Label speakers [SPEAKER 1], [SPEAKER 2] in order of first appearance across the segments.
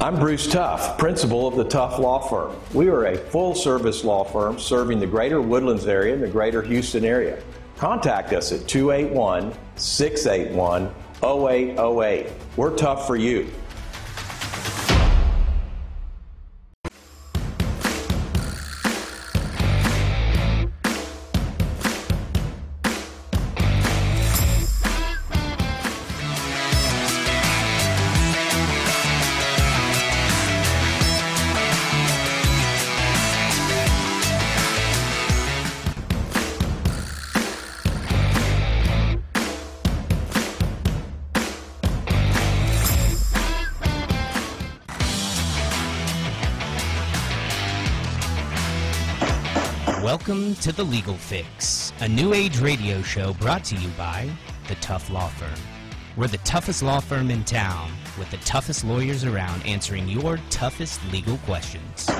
[SPEAKER 1] I'm Bruce Tuff, principal of the Tuff Law Firm. We are a full service law firm serving the greater Woodlands area and the greater Houston area. Contact us at 281 681 0808. We're tough for you.
[SPEAKER 2] Welcome to The Legal Fix, a new age radio show brought to you by The Tough Law Firm. We're the toughest law firm in town, with the toughest lawyers around answering your toughest legal questions.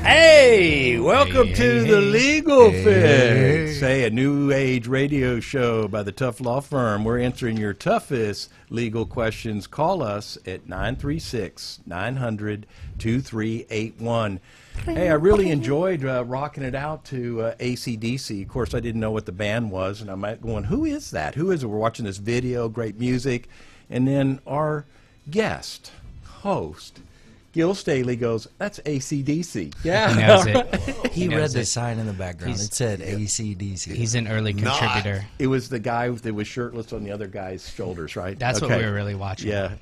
[SPEAKER 3] Hey, welcome to the Legal Fix,
[SPEAKER 4] Hey.
[SPEAKER 3] hey, a new age radio show by the Tough Law Firm. We're answering your toughest legal questions. Call us at 936 900 2381. Hey, I really enjoyed uh, rocking it out to uh, ACDC. Of course, I didn't know what the band was, and I'm at going, who is that? Who is it? We're watching this video, great music. And then our guest, host, Gil Staley goes, that's ACDC. Yeah.
[SPEAKER 2] He knows it.
[SPEAKER 5] He read
[SPEAKER 2] knows
[SPEAKER 5] the
[SPEAKER 2] it.
[SPEAKER 5] sign in the background.
[SPEAKER 2] He's-
[SPEAKER 5] It said ACDC.
[SPEAKER 2] He's an early contributor.
[SPEAKER 3] It was the guy that was shirtless on the other guy's shoulders, right?
[SPEAKER 2] That's what we were really watching.
[SPEAKER 3] Yeah.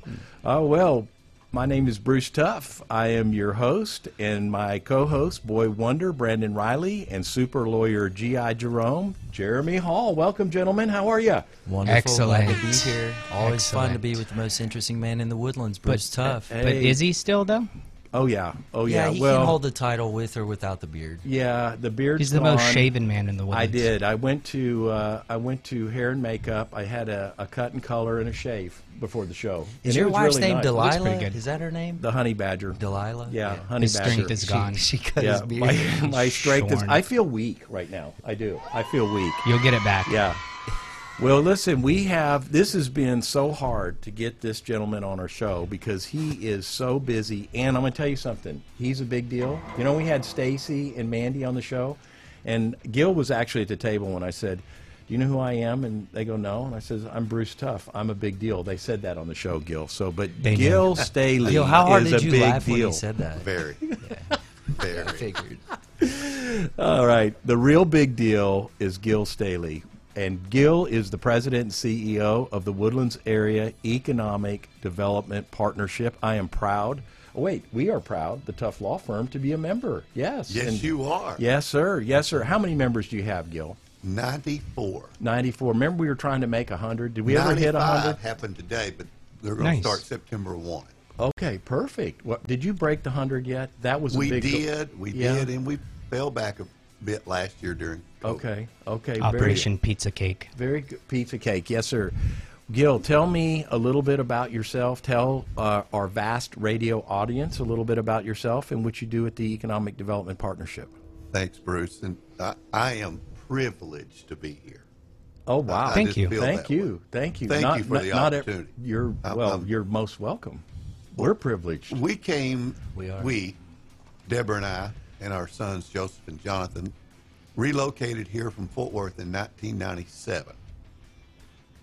[SPEAKER 3] Oh, well, my name is Bruce Tuff. I am your host, and my co host, Boy Wonder, Brandon Riley, and super lawyer G.I. Jerome, Jeremy Hall. Welcome, gentlemen. How are you?
[SPEAKER 5] Wonderful. Glad to be
[SPEAKER 2] Excellent.
[SPEAKER 5] here. Always fun to be
[SPEAKER 2] Excellent.
[SPEAKER 5] with the most interesting man in the woodlands, Bruce Tough.
[SPEAKER 3] uh,
[SPEAKER 2] But is he still, though?
[SPEAKER 3] Oh, yeah. Oh, yeah.
[SPEAKER 5] yeah, he
[SPEAKER 3] well,
[SPEAKER 5] can hold the title with or without the beard.
[SPEAKER 3] yeah, the beard's
[SPEAKER 2] He's the most
[SPEAKER 3] gone.
[SPEAKER 2] shaven man in the world.
[SPEAKER 3] I did. I went to uh, I went to hair and makeup. I had a, a cut and color and a shave before the show. and it
[SPEAKER 5] Is your
[SPEAKER 3] was
[SPEAKER 5] wife's
[SPEAKER 3] really
[SPEAKER 5] name
[SPEAKER 3] nice.
[SPEAKER 2] looks
[SPEAKER 5] Delilah?
[SPEAKER 2] pretty good.
[SPEAKER 5] Is that her name?
[SPEAKER 3] The honey badger.
[SPEAKER 5] Delilah?
[SPEAKER 3] Yeah, honey
[SPEAKER 2] His
[SPEAKER 3] badger.
[SPEAKER 2] strength is gone.
[SPEAKER 5] She cut
[SPEAKER 3] yeah,
[SPEAKER 5] his beard.
[SPEAKER 3] my, my strength is.
[SPEAKER 2] Shorn.
[SPEAKER 3] I feel weak right now. I do. I feel weak.
[SPEAKER 2] You'll get it back.
[SPEAKER 3] Yeah. Well, listen, we have this has been so hard to get this gentleman on our show because he is so busy and I'm going to tell you something. He's a big deal. You know, we had Stacy and Mandy on the show and Gil was actually at the table when I said, "Do you know who I am?" and they go, "No." And I says, "I'm Bruce Tuff. I'm a big deal." They said that on the show, Gil. So, but
[SPEAKER 2] knew.
[SPEAKER 3] Gil Staley
[SPEAKER 5] Yo, how hard
[SPEAKER 3] is
[SPEAKER 5] did
[SPEAKER 3] a
[SPEAKER 5] you
[SPEAKER 3] big
[SPEAKER 5] laugh
[SPEAKER 3] deal.
[SPEAKER 5] when he said that?
[SPEAKER 4] Very. Very.
[SPEAKER 5] Figured.
[SPEAKER 3] All right. The real big deal is Gil Staley. And Gil is the president and CEO of the Woodlands Area Economic Development Partnership. I am proud. Oh, wait, we are proud, the Tough Law Firm, to be a member. Yes.
[SPEAKER 4] Yes,
[SPEAKER 3] And-
[SPEAKER 4] you are.
[SPEAKER 3] Yes, sir. Yes, sir. How many members do you have, Gil?
[SPEAKER 4] 94.
[SPEAKER 3] 94. Remember, we were trying to make 100. Did we ever hit 100?
[SPEAKER 4] 95 happened today, but they're going to
[SPEAKER 2] Nice.
[SPEAKER 4] start September 1.
[SPEAKER 3] Okay, perfect. What, did you break the 100 yet? That was a
[SPEAKER 4] We
[SPEAKER 3] big goal.
[SPEAKER 4] did. We
[SPEAKER 3] Yeah.
[SPEAKER 4] did. And we fell back a bit last year during COVID.
[SPEAKER 3] Okay, okay. very-
[SPEAKER 2] Operation Pizza Cake.
[SPEAKER 3] Very good pizza cake, yes, sir. Gil, tell me a little bit about yourself. Tell uh, our vast radio audience a little bit about yourself and what you do at the Economic Development Partnership.
[SPEAKER 4] Thanks, Bruce. And I, I am privileged to be here.
[SPEAKER 3] Oh wow!
[SPEAKER 4] I
[SPEAKER 2] Thank
[SPEAKER 4] just
[SPEAKER 2] you.
[SPEAKER 4] feel
[SPEAKER 3] Thank
[SPEAKER 4] that
[SPEAKER 3] you,
[SPEAKER 4] way.
[SPEAKER 3] thank you.
[SPEAKER 4] Thank
[SPEAKER 3] Not-
[SPEAKER 4] you for
[SPEAKER 3] not-
[SPEAKER 4] the
[SPEAKER 3] not a-
[SPEAKER 4] opportunity.
[SPEAKER 3] you're
[SPEAKER 4] I'm-
[SPEAKER 3] well.
[SPEAKER 4] I'm-
[SPEAKER 3] you're most welcome. We're privileged.
[SPEAKER 4] We came,
[SPEAKER 5] We are.
[SPEAKER 4] we, Deborah and I, and our sons, Joseph and Jonathan, relocated here from Fort Worth in 1997.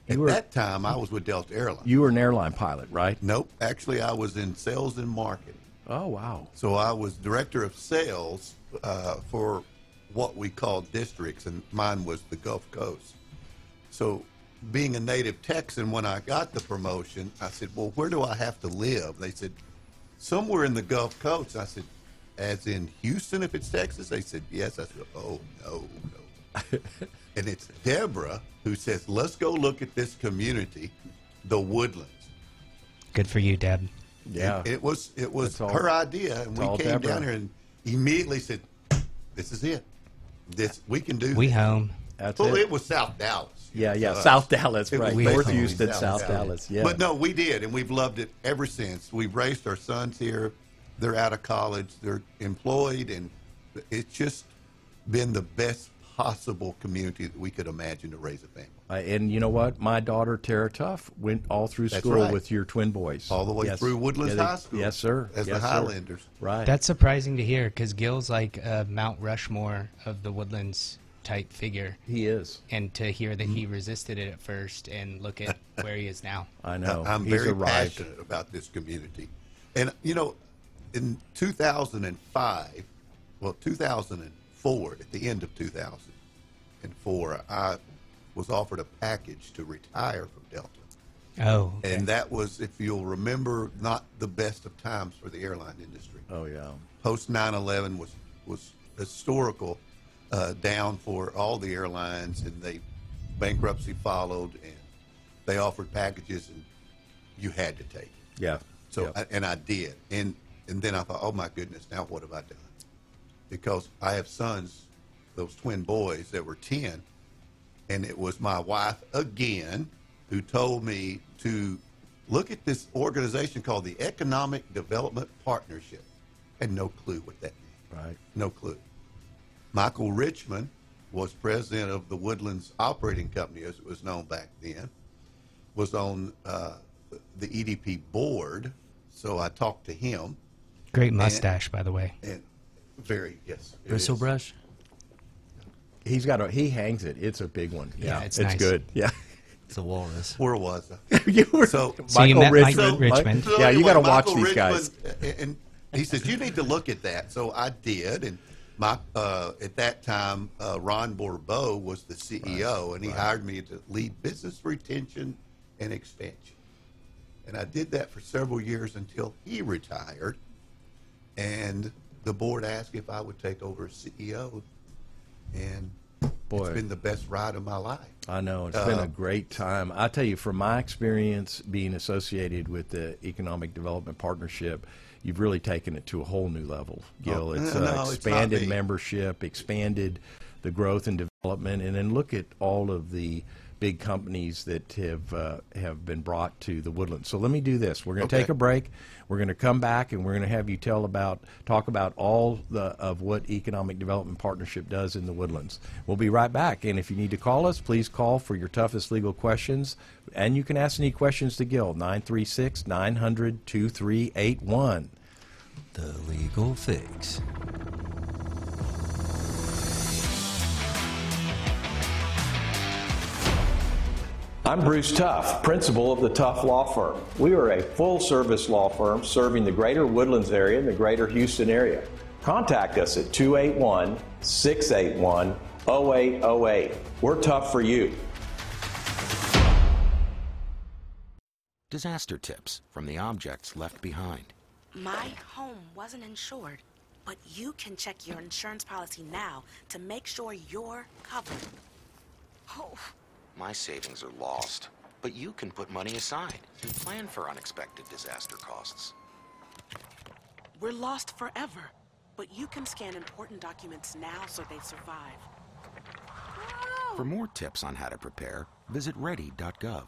[SPEAKER 4] At
[SPEAKER 3] You were-
[SPEAKER 4] that time, I was with Delta Airlines.
[SPEAKER 3] You were an airline pilot, right?
[SPEAKER 4] Nope. Actually, I was in sales and marketing.
[SPEAKER 3] Oh wow!
[SPEAKER 4] So I was director of sales uh, for what we call districts, and mine was the Gulf Coast. So, being a native Texan, when I got the promotion, I said, Well, where do I have to live? They said, Somewhere in the Gulf Coast. I said, As in Houston, if it's Texas? They said, Yes. I said, Oh, no, no. and it's Deborah who says, Let's go look at this community, the Woodlands.
[SPEAKER 2] Good for you, Deb.
[SPEAKER 3] Yeah.
[SPEAKER 4] It, it was it was
[SPEAKER 3] That's all-
[SPEAKER 4] her idea, and we
[SPEAKER 3] all
[SPEAKER 4] came
[SPEAKER 3] Deborah.
[SPEAKER 4] down here and immediately said, "This is it. This we can do."
[SPEAKER 2] We
[SPEAKER 4] this."
[SPEAKER 2] home.
[SPEAKER 3] That's
[SPEAKER 4] well,
[SPEAKER 3] it.
[SPEAKER 4] it. was South Dallas.
[SPEAKER 3] yeah, yeah.
[SPEAKER 4] To us.
[SPEAKER 3] South Dallas,
[SPEAKER 4] uh, It was
[SPEAKER 3] right?
[SPEAKER 4] basically
[SPEAKER 3] North Houston, South
[SPEAKER 4] Dallas.
[SPEAKER 3] Dallas. Yeah.
[SPEAKER 4] But no, we did, and we've loved it ever since. We've raised our sons here. They're out of college. They're employed, and it's just been the best possible community that we could imagine to raise a family.
[SPEAKER 3] Uh, and you know what? My daughter Tara Tuff went all through
[SPEAKER 4] That's
[SPEAKER 3] school
[SPEAKER 4] right.
[SPEAKER 3] with your twin boys,
[SPEAKER 4] All the way through Woodlands
[SPEAKER 3] they-
[SPEAKER 4] High School
[SPEAKER 3] Yes, sir.
[SPEAKER 4] as the
[SPEAKER 3] Yes, sir.
[SPEAKER 4] Highlanders.
[SPEAKER 3] Right.
[SPEAKER 2] That's surprising to hear because Gil's like a Mount Rushmore of the Woodlands type figure.
[SPEAKER 3] he is.
[SPEAKER 2] And to hear that he resisted it at first and look at where he is now.
[SPEAKER 3] I know.
[SPEAKER 4] I- I'm
[SPEAKER 3] He's
[SPEAKER 4] very
[SPEAKER 3] arrived.
[SPEAKER 4] passionate about this community. And, you know, in 2005, well, 2004, at the end of 2004, I was offered a package to retire from Delta.
[SPEAKER 2] Oh, okay.
[SPEAKER 4] And that was, if you'll remember, not the best of times for the airline industry.
[SPEAKER 3] Oh yeah.
[SPEAKER 4] Post 9 11 was, was historical uh, down for all the airlines, and they bankruptcy followed, and they offered packages, and you had to take it.
[SPEAKER 3] Yeah.
[SPEAKER 4] So
[SPEAKER 3] Yeah.
[SPEAKER 4] I, and I did, and and then I thought, oh my goodness, now what have I done? Because I have sons, those twin boys that were ten, and it was my wife again who told me to look at this organization called the Economic Development Partnership. Had no clue what that meant.
[SPEAKER 3] Right.
[SPEAKER 4] No clue. Michael Richmond was president of the Woodlands Operating Company, as it was known back then was on uh, the EDP board, so I talked to him.
[SPEAKER 2] Great mustache, by the way.
[SPEAKER 4] And very yes, it
[SPEAKER 5] Bristle
[SPEAKER 4] is.
[SPEAKER 5] brush.
[SPEAKER 3] He's got a. He hangs it. It's a big one. Yeah.
[SPEAKER 2] it's nice.
[SPEAKER 3] good. Yeah.
[SPEAKER 5] It's a walrus.
[SPEAKER 4] Where was I?
[SPEAKER 3] you were
[SPEAKER 4] So-
[SPEAKER 2] So you met Mike
[SPEAKER 3] Mike-
[SPEAKER 2] Richmond.
[SPEAKER 4] So
[SPEAKER 3] yeah, you got to
[SPEAKER 4] anyway,
[SPEAKER 3] watch
[SPEAKER 4] Michael
[SPEAKER 3] these guys.
[SPEAKER 4] Richmond, a- And he says you need to look at that. So I did, and my uh, at that time uh, Ron Bourbeau was the CEO, and he hired me to lead business retention and expansion. And I did that for several years until he retired, and the board asked if I would take over as CEO, and
[SPEAKER 3] Boy.
[SPEAKER 4] it's been uh, the best ride of my life.
[SPEAKER 3] I know. it's been a great time. I tell you, from my experience being associated with the Economic Development Partnership, you've really taken it to a whole new level, Gil.
[SPEAKER 4] Oh,
[SPEAKER 3] it's
[SPEAKER 4] no,
[SPEAKER 3] uh,
[SPEAKER 4] no, it's
[SPEAKER 3] expanded
[SPEAKER 4] not me.
[SPEAKER 3] membership, expanded the growth and development, and then look at all of the big companies that have uh, have been brought to the woodlands. So let me do this. We're going to
[SPEAKER 4] Okay.
[SPEAKER 3] take a break. We're going to come back and we're going to have you tell about talk about all the of what Economic Development Partnership does in the Woodlands. We'll be right back. And if you need to call us, please call for your toughest legal questions. And you can ask any questions to Gil 936 900 2381.
[SPEAKER 5] The legal fix.
[SPEAKER 1] I'm Bruce Tuff, principal of the Tuff Law Firm. We are a full service law firm serving the greater Woodlands area and the greater Houston area. Contact us at 281 681 0808. We're tough for you.
[SPEAKER 6] Disaster tips from the objects left behind.
[SPEAKER 7] My home wasn't insured, but you can check your insurance policy now to make sure you're covered. Oh,
[SPEAKER 6] My savings are lost, but you can put money aside and plan for unexpected disaster costs.
[SPEAKER 7] we're lost forever, but you can scan important documents now so they survive.
[SPEAKER 6] For more tips on how to prepare, visit ready.gov.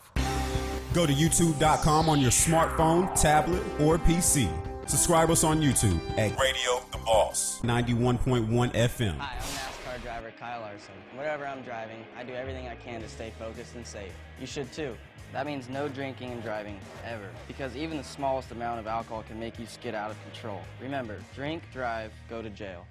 [SPEAKER 8] Go to youtube.com on your smartphone, tablet, or PC. Subscribe us on YouTube at Radio The Boss 91.1 FM.
[SPEAKER 9] Hi, I'm NASCAR driver Kyle Larson. Whatever I'm driving, I do everything I can to stay focused and safe. You should too. That means no drinking and driving, ever. Because even the smallest amount of alcohol can make you skid out of control. Remember, drink, drive, go to jail.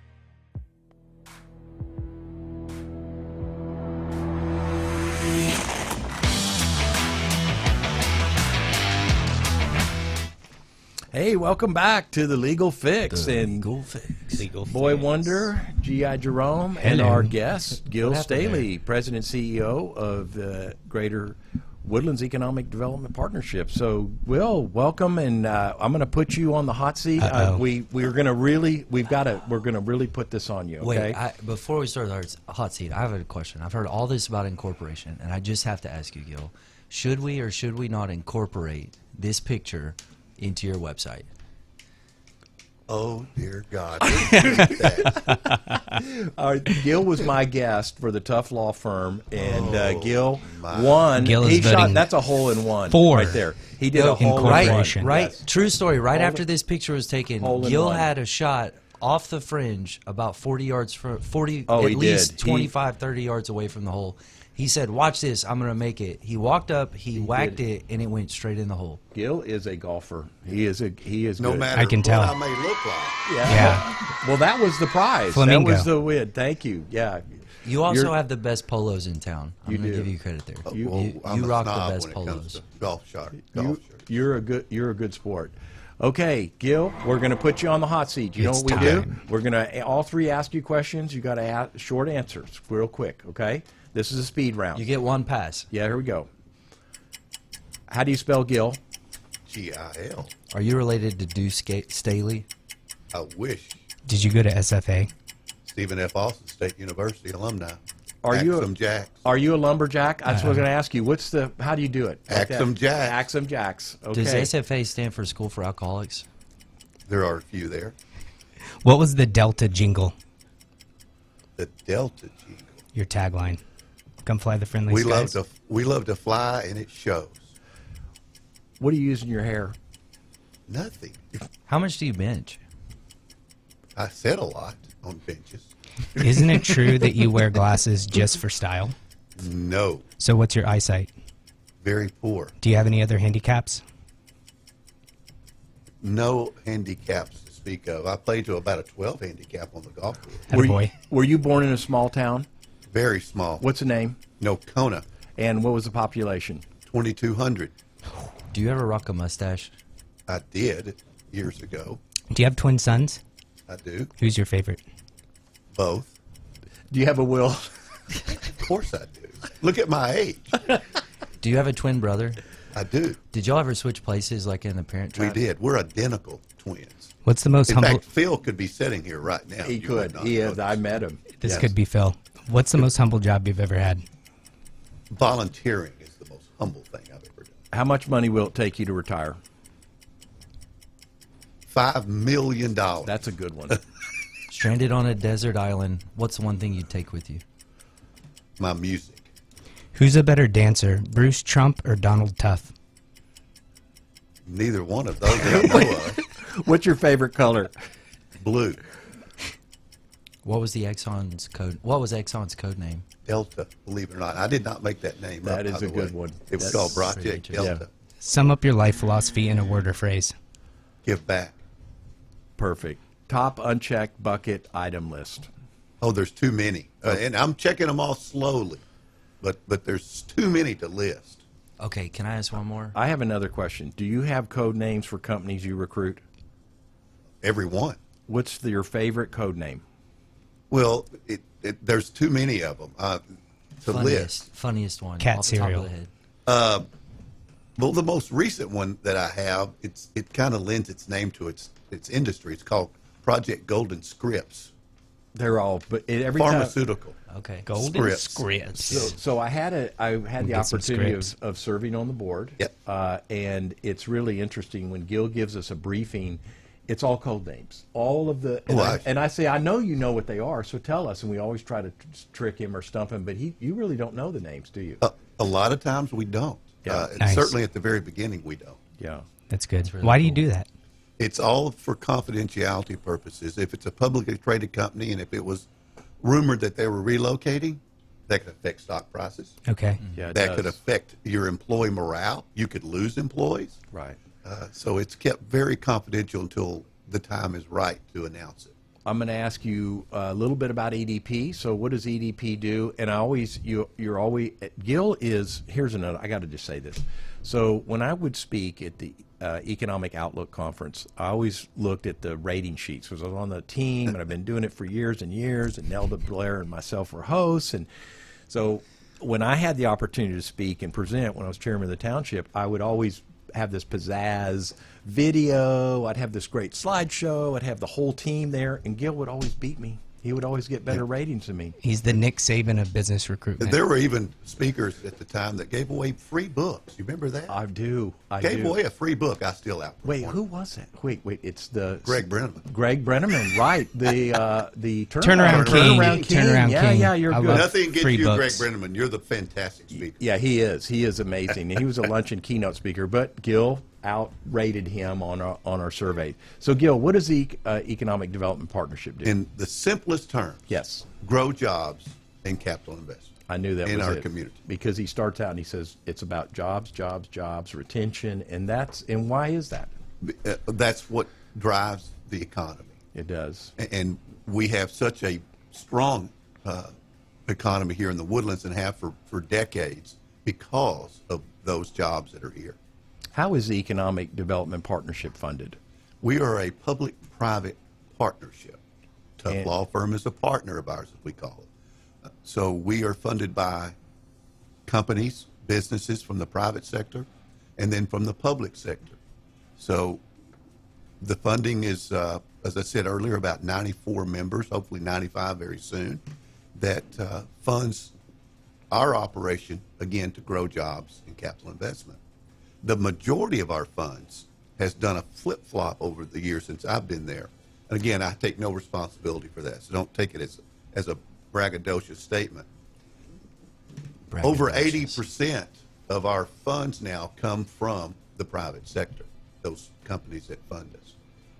[SPEAKER 3] Hey, welcome back to the Legal Fix. and
[SPEAKER 5] Legal fix. Legal
[SPEAKER 3] Boy Wonder, G.I. Jerome, and
[SPEAKER 2] Hello.
[SPEAKER 3] our guest, Gil
[SPEAKER 5] What happened
[SPEAKER 3] Staley, President CEO of the Greater Woodlands Economic Development Partnership. So, Will, welcome, and uh, I'm going to put you on the hot seat. Uh,
[SPEAKER 5] Uh-oh.
[SPEAKER 3] we we're going to really we've got to we're going to really put this on you.
[SPEAKER 5] Wait,
[SPEAKER 3] Okay,
[SPEAKER 5] I, before we start our hot seat, I have a question. I've heard all this about incorporation, and I just have to ask you, Gil, should we or should we not incorporate this picture into your website?
[SPEAKER 4] Oh dear God! That-
[SPEAKER 3] Uh, Gil was my guest for the Tough Law Firm, and
[SPEAKER 5] Oh,
[SPEAKER 3] uh, Gil
[SPEAKER 4] my.
[SPEAKER 3] won.
[SPEAKER 2] Gil
[SPEAKER 3] he
[SPEAKER 2] is
[SPEAKER 3] shot
[SPEAKER 2] voting
[SPEAKER 3] that's a hole in one
[SPEAKER 2] for
[SPEAKER 3] right there. He did
[SPEAKER 2] no
[SPEAKER 3] a hole in
[SPEAKER 5] right,
[SPEAKER 3] one.
[SPEAKER 2] incorporation.
[SPEAKER 5] right.
[SPEAKER 3] Yes.
[SPEAKER 5] True story. Right
[SPEAKER 3] All
[SPEAKER 5] after
[SPEAKER 3] the-
[SPEAKER 5] this picture was taken,
[SPEAKER 3] all in
[SPEAKER 5] Gil
[SPEAKER 3] one.
[SPEAKER 5] had a shot off the fringe about 40 yards from 40
[SPEAKER 3] Oh,
[SPEAKER 5] at
[SPEAKER 3] he
[SPEAKER 5] least
[SPEAKER 3] did. He-
[SPEAKER 5] 25 30 yards away from the hole. He said, "Watch this, I'm going to make it." He walked up, he, whacked
[SPEAKER 3] did.
[SPEAKER 5] it and it went straight in the hole.
[SPEAKER 3] Gil is a golfer. He is a he is
[SPEAKER 4] No
[SPEAKER 3] good.
[SPEAKER 4] matter
[SPEAKER 2] I can tell.
[SPEAKER 4] what I may look like.
[SPEAKER 3] Yeah. Well, that was the prize.
[SPEAKER 2] Flamingo.
[SPEAKER 3] That was the win. Thank you. Yeah.
[SPEAKER 5] You also
[SPEAKER 3] You're-
[SPEAKER 5] have the best polos in town. I'm
[SPEAKER 3] You
[SPEAKER 5] going
[SPEAKER 3] do.
[SPEAKER 5] to give you credit there.
[SPEAKER 4] Oh,
[SPEAKER 5] you
[SPEAKER 4] well,
[SPEAKER 5] you,
[SPEAKER 4] I'm
[SPEAKER 5] you
[SPEAKER 4] a
[SPEAKER 5] rock the
[SPEAKER 4] snob
[SPEAKER 5] best
[SPEAKER 4] when it comes
[SPEAKER 5] polos.
[SPEAKER 4] to golf shot. Golf
[SPEAKER 3] You,
[SPEAKER 4] shirt.
[SPEAKER 3] you're a good you're a good sport. Okay, Gil, we're going to put you on the hot seat. You know
[SPEAKER 2] It's
[SPEAKER 3] what we
[SPEAKER 2] time.
[SPEAKER 3] do? We're going to all three ask you questions. You got to ask short answers, real quick. Okay, this is a speed round.
[SPEAKER 5] You get one pass.
[SPEAKER 3] yeah, here we go. How do you spell Gil?
[SPEAKER 4] G I L.
[SPEAKER 5] Are you related to Deuce Ga- Staley?
[SPEAKER 4] I wish
[SPEAKER 2] Did you go to SFA?
[SPEAKER 4] Stephen F. Austin State University alumni.
[SPEAKER 3] Are you a-
[SPEAKER 4] Axum Jacks?
[SPEAKER 3] Are you a lumberjack? That's what I
[SPEAKER 2] Uh-huh.
[SPEAKER 3] was going to ask you. What's the how do you do it?
[SPEAKER 4] Axum Jacks.
[SPEAKER 3] Axum Jacks. Okay.
[SPEAKER 5] Does SFA stand for School for Alcoholics?
[SPEAKER 4] There are a few there.
[SPEAKER 2] What was the Delta jingle?
[SPEAKER 4] The Delta Jingle.
[SPEAKER 2] Your tagline? Come fly the friendly
[SPEAKER 4] We love
[SPEAKER 2] skies.
[SPEAKER 4] to we love to fly, and it shows.
[SPEAKER 3] what do you use in your hair?
[SPEAKER 4] Nothing.
[SPEAKER 5] How much do you bench?
[SPEAKER 4] I said a lot on benches.
[SPEAKER 2] Isn't it true that you wear glasses just for style?
[SPEAKER 4] No,
[SPEAKER 2] So what's your eyesight?
[SPEAKER 4] very poor.
[SPEAKER 2] Do you have any other handicaps?
[SPEAKER 4] No handicaps to speak of. I played to about a 12 handicap on the golf course.
[SPEAKER 3] Were you,
[SPEAKER 2] Attaboy.
[SPEAKER 3] were you born in a small town?
[SPEAKER 4] Very small.
[SPEAKER 3] What's the name?
[SPEAKER 4] no Kona?
[SPEAKER 3] And what was the population?
[SPEAKER 4] 2200.
[SPEAKER 5] Do you ever rock a mustache?
[SPEAKER 4] I did years ago.
[SPEAKER 2] Do you have twin sons?
[SPEAKER 4] I do
[SPEAKER 2] Who's your favorite?
[SPEAKER 4] both.
[SPEAKER 3] Do you have a will?
[SPEAKER 4] Of course I do. Look at my age.
[SPEAKER 5] Do you have a twin brother?
[SPEAKER 4] I do.
[SPEAKER 5] Did y'all ever switch places like in the parent
[SPEAKER 4] We
[SPEAKER 5] trap?
[SPEAKER 4] did. We're identical twins.
[SPEAKER 2] What's the most
[SPEAKER 4] In
[SPEAKER 2] humble?
[SPEAKER 4] fact, Phil could be sitting here right now.
[SPEAKER 3] He
[SPEAKER 4] You would
[SPEAKER 3] could.
[SPEAKER 4] not
[SPEAKER 3] He
[SPEAKER 4] know
[SPEAKER 3] is. I met him.
[SPEAKER 2] this
[SPEAKER 4] yes.
[SPEAKER 2] could be Phil. What's the most humble job you've ever had?
[SPEAKER 4] Volunteering is the most humble thing I've ever done.
[SPEAKER 3] How much money will it take you to retire?
[SPEAKER 4] Five million dollars.
[SPEAKER 3] That's a good one.
[SPEAKER 5] Stranded on a desert island, what's the one thing you'd take with you?
[SPEAKER 4] my music.
[SPEAKER 2] Who's a better dancer, Bruce Trump or Donald Tuff?
[SPEAKER 4] Neither one of those that I know of.
[SPEAKER 3] What's your favorite color?
[SPEAKER 4] Blue,
[SPEAKER 5] What was the Exxon's code? What was Exxon's code name?
[SPEAKER 4] Delta. Believe it or not, I did not make that name.
[SPEAKER 3] That
[SPEAKER 4] up,
[SPEAKER 3] is
[SPEAKER 4] by the
[SPEAKER 3] a good
[SPEAKER 4] way.
[SPEAKER 3] one.
[SPEAKER 4] It was
[SPEAKER 3] That's
[SPEAKER 4] called
[SPEAKER 5] pretty
[SPEAKER 4] Project
[SPEAKER 5] interesting.
[SPEAKER 4] Delta.
[SPEAKER 2] Sum up your life philosophy in a word or phrase.
[SPEAKER 4] Give back.
[SPEAKER 3] Perfect. Top unchecked bucket item list.
[SPEAKER 4] Oh, there's too many,
[SPEAKER 3] Oh.
[SPEAKER 4] uh, and I'm checking them all slowly, but but there's too many to list.
[SPEAKER 5] Okay, can I ask one more?
[SPEAKER 3] I have another question. Do you have code names for companies you recruit?
[SPEAKER 4] Every one.
[SPEAKER 3] What's the- your favorite code name?
[SPEAKER 4] Well, it, it, there's too many of them uh, to list.
[SPEAKER 5] funniest, funniest one.
[SPEAKER 2] Cat
[SPEAKER 5] off The
[SPEAKER 2] cereal.
[SPEAKER 5] top of the head.
[SPEAKER 4] Well, the most recent one that I have, it's it kind of lends its name to its its industry. It's called Project Golden Scripts,
[SPEAKER 3] They're all, but it, every time.
[SPEAKER 4] pharmaceutical.
[SPEAKER 5] Okay.
[SPEAKER 2] Golden
[SPEAKER 4] Scripts.
[SPEAKER 3] So, so I had a I had the
[SPEAKER 2] Get some
[SPEAKER 3] opportunity of,
[SPEAKER 2] scripts.
[SPEAKER 3] of serving on the board.
[SPEAKER 4] Yep.
[SPEAKER 3] Uh, and it's really interesting when Gil gives us a briefing. It's all code names. All of the and,
[SPEAKER 4] Oh,
[SPEAKER 3] I,
[SPEAKER 4] I-
[SPEAKER 3] and I say I know you know what they are, so tell us. And we always try to tr- trick him or stump him, but he you really don't know the names, do you?
[SPEAKER 4] Uh, a lot of times we don't.
[SPEAKER 3] Yeah.
[SPEAKER 4] Uh, and
[SPEAKER 2] Nice.
[SPEAKER 4] Certainly at the very beginning we don't.
[SPEAKER 3] yeah.
[SPEAKER 2] That's good.
[SPEAKER 5] really
[SPEAKER 2] Why do you
[SPEAKER 5] cool.
[SPEAKER 2] do that?
[SPEAKER 4] It's all for confidentiality purposes. If it's a publicly traded company and if it was rumored that they were relocating, that could affect stock prices.
[SPEAKER 2] Okay.
[SPEAKER 3] Yeah. it
[SPEAKER 4] that
[SPEAKER 3] does.
[SPEAKER 4] could affect your employee morale. You could lose employees.
[SPEAKER 3] right.
[SPEAKER 4] Uh, so it's kept very confidential until the time is right to announce it.
[SPEAKER 3] I'm going to ask you a little bit about EDP. So, what does EDP do? And I always, you, you're always, Gil is, here's another, I got to just say this. So, when I would speak at the uh, Economic Outlook Conference, I always looked at the rating sheets because I was on the team and I've been doing it for years and years, and Nelda Blair and myself were hosts. And so, when I had the opportunity to speak and present when I was chairman of the township, I would always have this pizzazz video. I'd have this great slideshow. I'd have the whole team there, and Gil would always beat me. He would always get better ratings than me.
[SPEAKER 2] He's the Nick Saban of business recruitment.
[SPEAKER 4] There were even speakers at the time that gave away free books. You remember that?
[SPEAKER 3] I do. I
[SPEAKER 4] gave
[SPEAKER 3] do.
[SPEAKER 4] away a free book. I still out.
[SPEAKER 3] Wait, who was it? Wait, wait. It's the
[SPEAKER 4] Greg Brenneman.
[SPEAKER 3] Greg Brenneman, right? The uh, the
[SPEAKER 2] Turnaround
[SPEAKER 3] turnaround,
[SPEAKER 2] King.
[SPEAKER 3] Turnaround king.
[SPEAKER 2] Turnaround
[SPEAKER 3] yeah,
[SPEAKER 2] King.
[SPEAKER 3] yeah. You're
[SPEAKER 2] I
[SPEAKER 3] good.
[SPEAKER 2] love-
[SPEAKER 4] Nothing against
[SPEAKER 2] free
[SPEAKER 4] you,
[SPEAKER 2] books.
[SPEAKER 4] Greg Brenneman. You're the fantastic speaker.
[SPEAKER 3] Yeah, he is. He is amazing. And he was a luncheon keynote speaker. But Gil, outrated him on our on our survey. So, Gil, what does the uh, Economic Development Partnership do?
[SPEAKER 4] In the simplest terms,
[SPEAKER 3] yes,
[SPEAKER 4] grow jobs and capital investment.
[SPEAKER 3] I knew that
[SPEAKER 4] in
[SPEAKER 3] was
[SPEAKER 4] our
[SPEAKER 3] it.
[SPEAKER 4] community.
[SPEAKER 3] because he starts out and he says it's about jobs, jobs, jobs, retention, and that's and why is that?
[SPEAKER 4] Uh, That's what drives the economy.
[SPEAKER 3] It does.
[SPEAKER 4] A- And we have such a strong uh, economy here in the woodlands and have for, for decades because of those jobs that are here.
[SPEAKER 3] How is the Economic Development Partnership funded?
[SPEAKER 4] We are a public private partnership. Tough
[SPEAKER 3] And-
[SPEAKER 4] Law Firm is a partner of ours, as we call it. Uh, So we are funded by companies, businesses from the private sector, and then from the public sector. So the funding is, uh, as I said earlier, about 94 members, hopefully 95 very soon, that uh, funds our operation again to grow jobs and capital investment. The majority of our funds has done a flip flop over the years since I've been there. And again, I take no responsibility for that, so don't take it as, as a braggadocious statement. Over 80% of our funds now come from the private sector, those companies that fund us.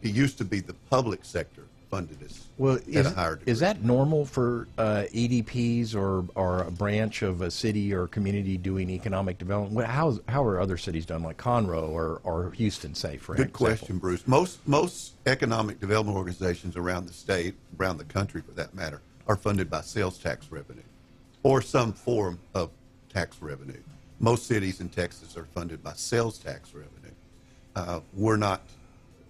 [SPEAKER 4] It used to be the public sector funded us
[SPEAKER 3] Well,
[SPEAKER 4] at
[SPEAKER 3] is,
[SPEAKER 4] a higher degree.
[SPEAKER 3] is that normal for uh, EDPs or, or a branch of a city or community doing economic development? Well, How, how are other cities done, like Conroe or, or Houston, say, for
[SPEAKER 4] Good
[SPEAKER 3] example?
[SPEAKER 4] question, Bruce. Most most economic development organizations around the state, around the country for that matter, are funded by sales tax revenue or some form of tax revenue. Most cities in Texas are funded by sales tax revenue. Uh, we're not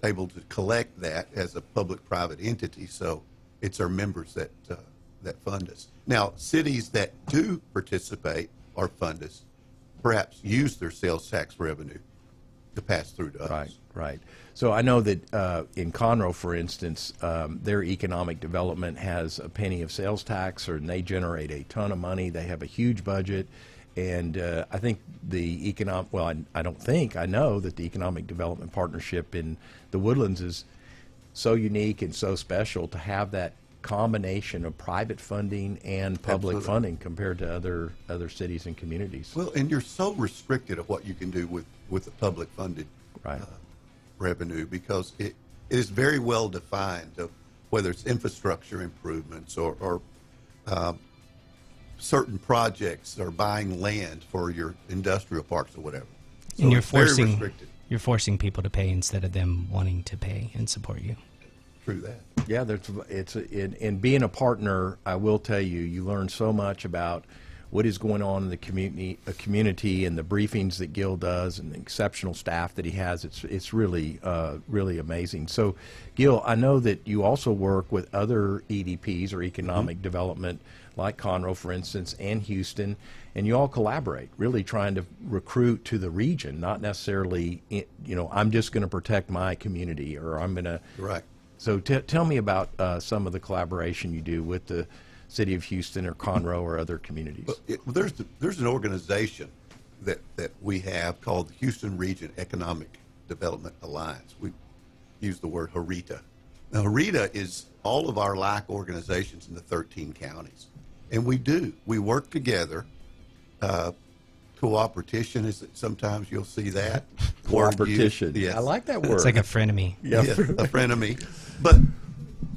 [SPEAKER 4] able to collect that as a public-private entity, so it's our members that uh, that fund us. Now, cities that do participate or fund us, perhaps use their sales tax revenue to pass through to us.
[SPEAKER 3] Right, right. So I know that uh, in Conroe, for instance, um, their economic development has a penny of sales tax, or and they generate a ton of money. They have a huge budget, and uh, I think the economic. Well, I, I don't think I know that the economic development partnership in the Woodlands is so unique and so special to have that combination of private funding and public
[SPEAKER 4] Absolutely.
[SPEAKER 3] funding compared to other other cities and communities.
[SPEAKER 4] Well, and you're so restricted of what you can do with, with the public funded
[SPEAKER 3] Right.
[SPEAKER 4] revenue because it, it is very well defined of whether it's infrastructure improvements or, or um, certain projects or buying land for your industrial parks or whatever. So
[SPEAKER 2] and you're
[SPEAKER 4] it's very
[SPEAKER 2] forcing
[SPEAKER 4] restricted
[SPEAKER 2] you're forcing people to pay instead of them wanting to pay and support you.
[SPEAKER 4] through that.
[SPEAKER 3] Yeah, there's, it's in, in being a partner. I will tell you, you learn so much about what is going on in the community, a community, and the briefings that Gil does, and the exceptional staff that he has. It's it's really uh, really amazing. So, Gil, I know that you also work with other EDPs or economic development, like Conroe, for instance, and Houston, and you all collaborate, really trying to recruit to the region, not necessarily, i- you know, I'm just going to protect my community or I'm going to
[SPEAKER 4] Correct.
[SPEAKER 3] so t- tell me about uh, some of the collaboration you do with the city of Houston or Conroe or other communities.
[SPEAKER 4] it, there's there's an organization that that we have called the Houston Region Economic Development Alliance. We use the word HARITA. Now, HARITA is all of our like organizations in the 13 counties, and we do we work together. Uh, cooperation is sometimes you'll see that word used.
[SPEAKER 3] Cooperation.
[SPEAKER 4] Yes
[SPEAKER 3] I like that word.
[SPEAKER 2] It's like a frenemy.
[SPEAKER 4] yeah, a frenemy. But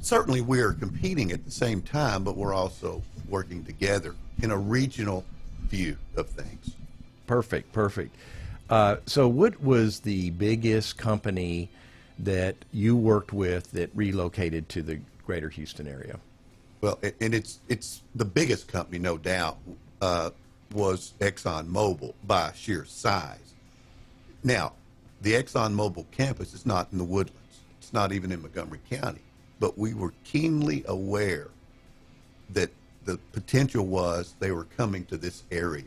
[SPEAKER 4] certainly we are competing at the same time, but we're also working together in a regional view of things.
[SPEAKER 3] perfect, perfect. Uh, so, what was the biggest company that you worked with that relocated to the greater Houston area?
[SPEAKER 4] Well, a- and it's it's the biggest company, no doubt, uh, was ExxonMobil by sheer size. Now, the ExxonMobil campus is not in the woodlands. It's not even in Montgomery County. But we were keenly aware that the potential was they were coming to this area.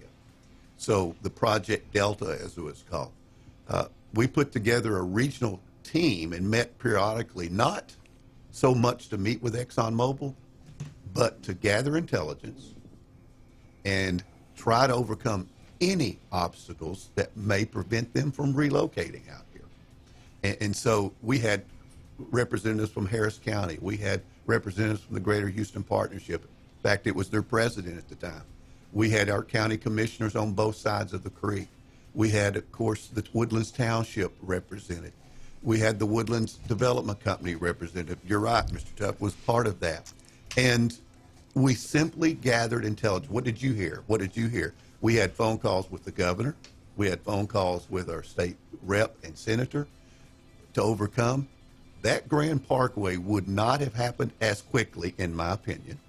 [SPEAKER 4] So the Project Delta, as it was called, uh, we put together a regional team and met periodically, not so much to meet with ExxonMobil, but to gather intelligence and try to overcome any obstacles that may prevent them from relocating out here. And, and so we had representatives from Harris County, we had representatives from the Greater Houston Partnership. In fact, it was their president at the time. We had our county commissioners on both sides of the creek. We had, of course, the Woodlands Township represented. We had the Woodlands Development Company representative. You're right, Mr. Tuff was part of that. And we simply gathered intelligence. What did you hear? What did you hear? We had phone calls with the governor. We had phone calls with our state rep and senator to overcome. That Grand Parkway would not have happened as quickly, in my opinion,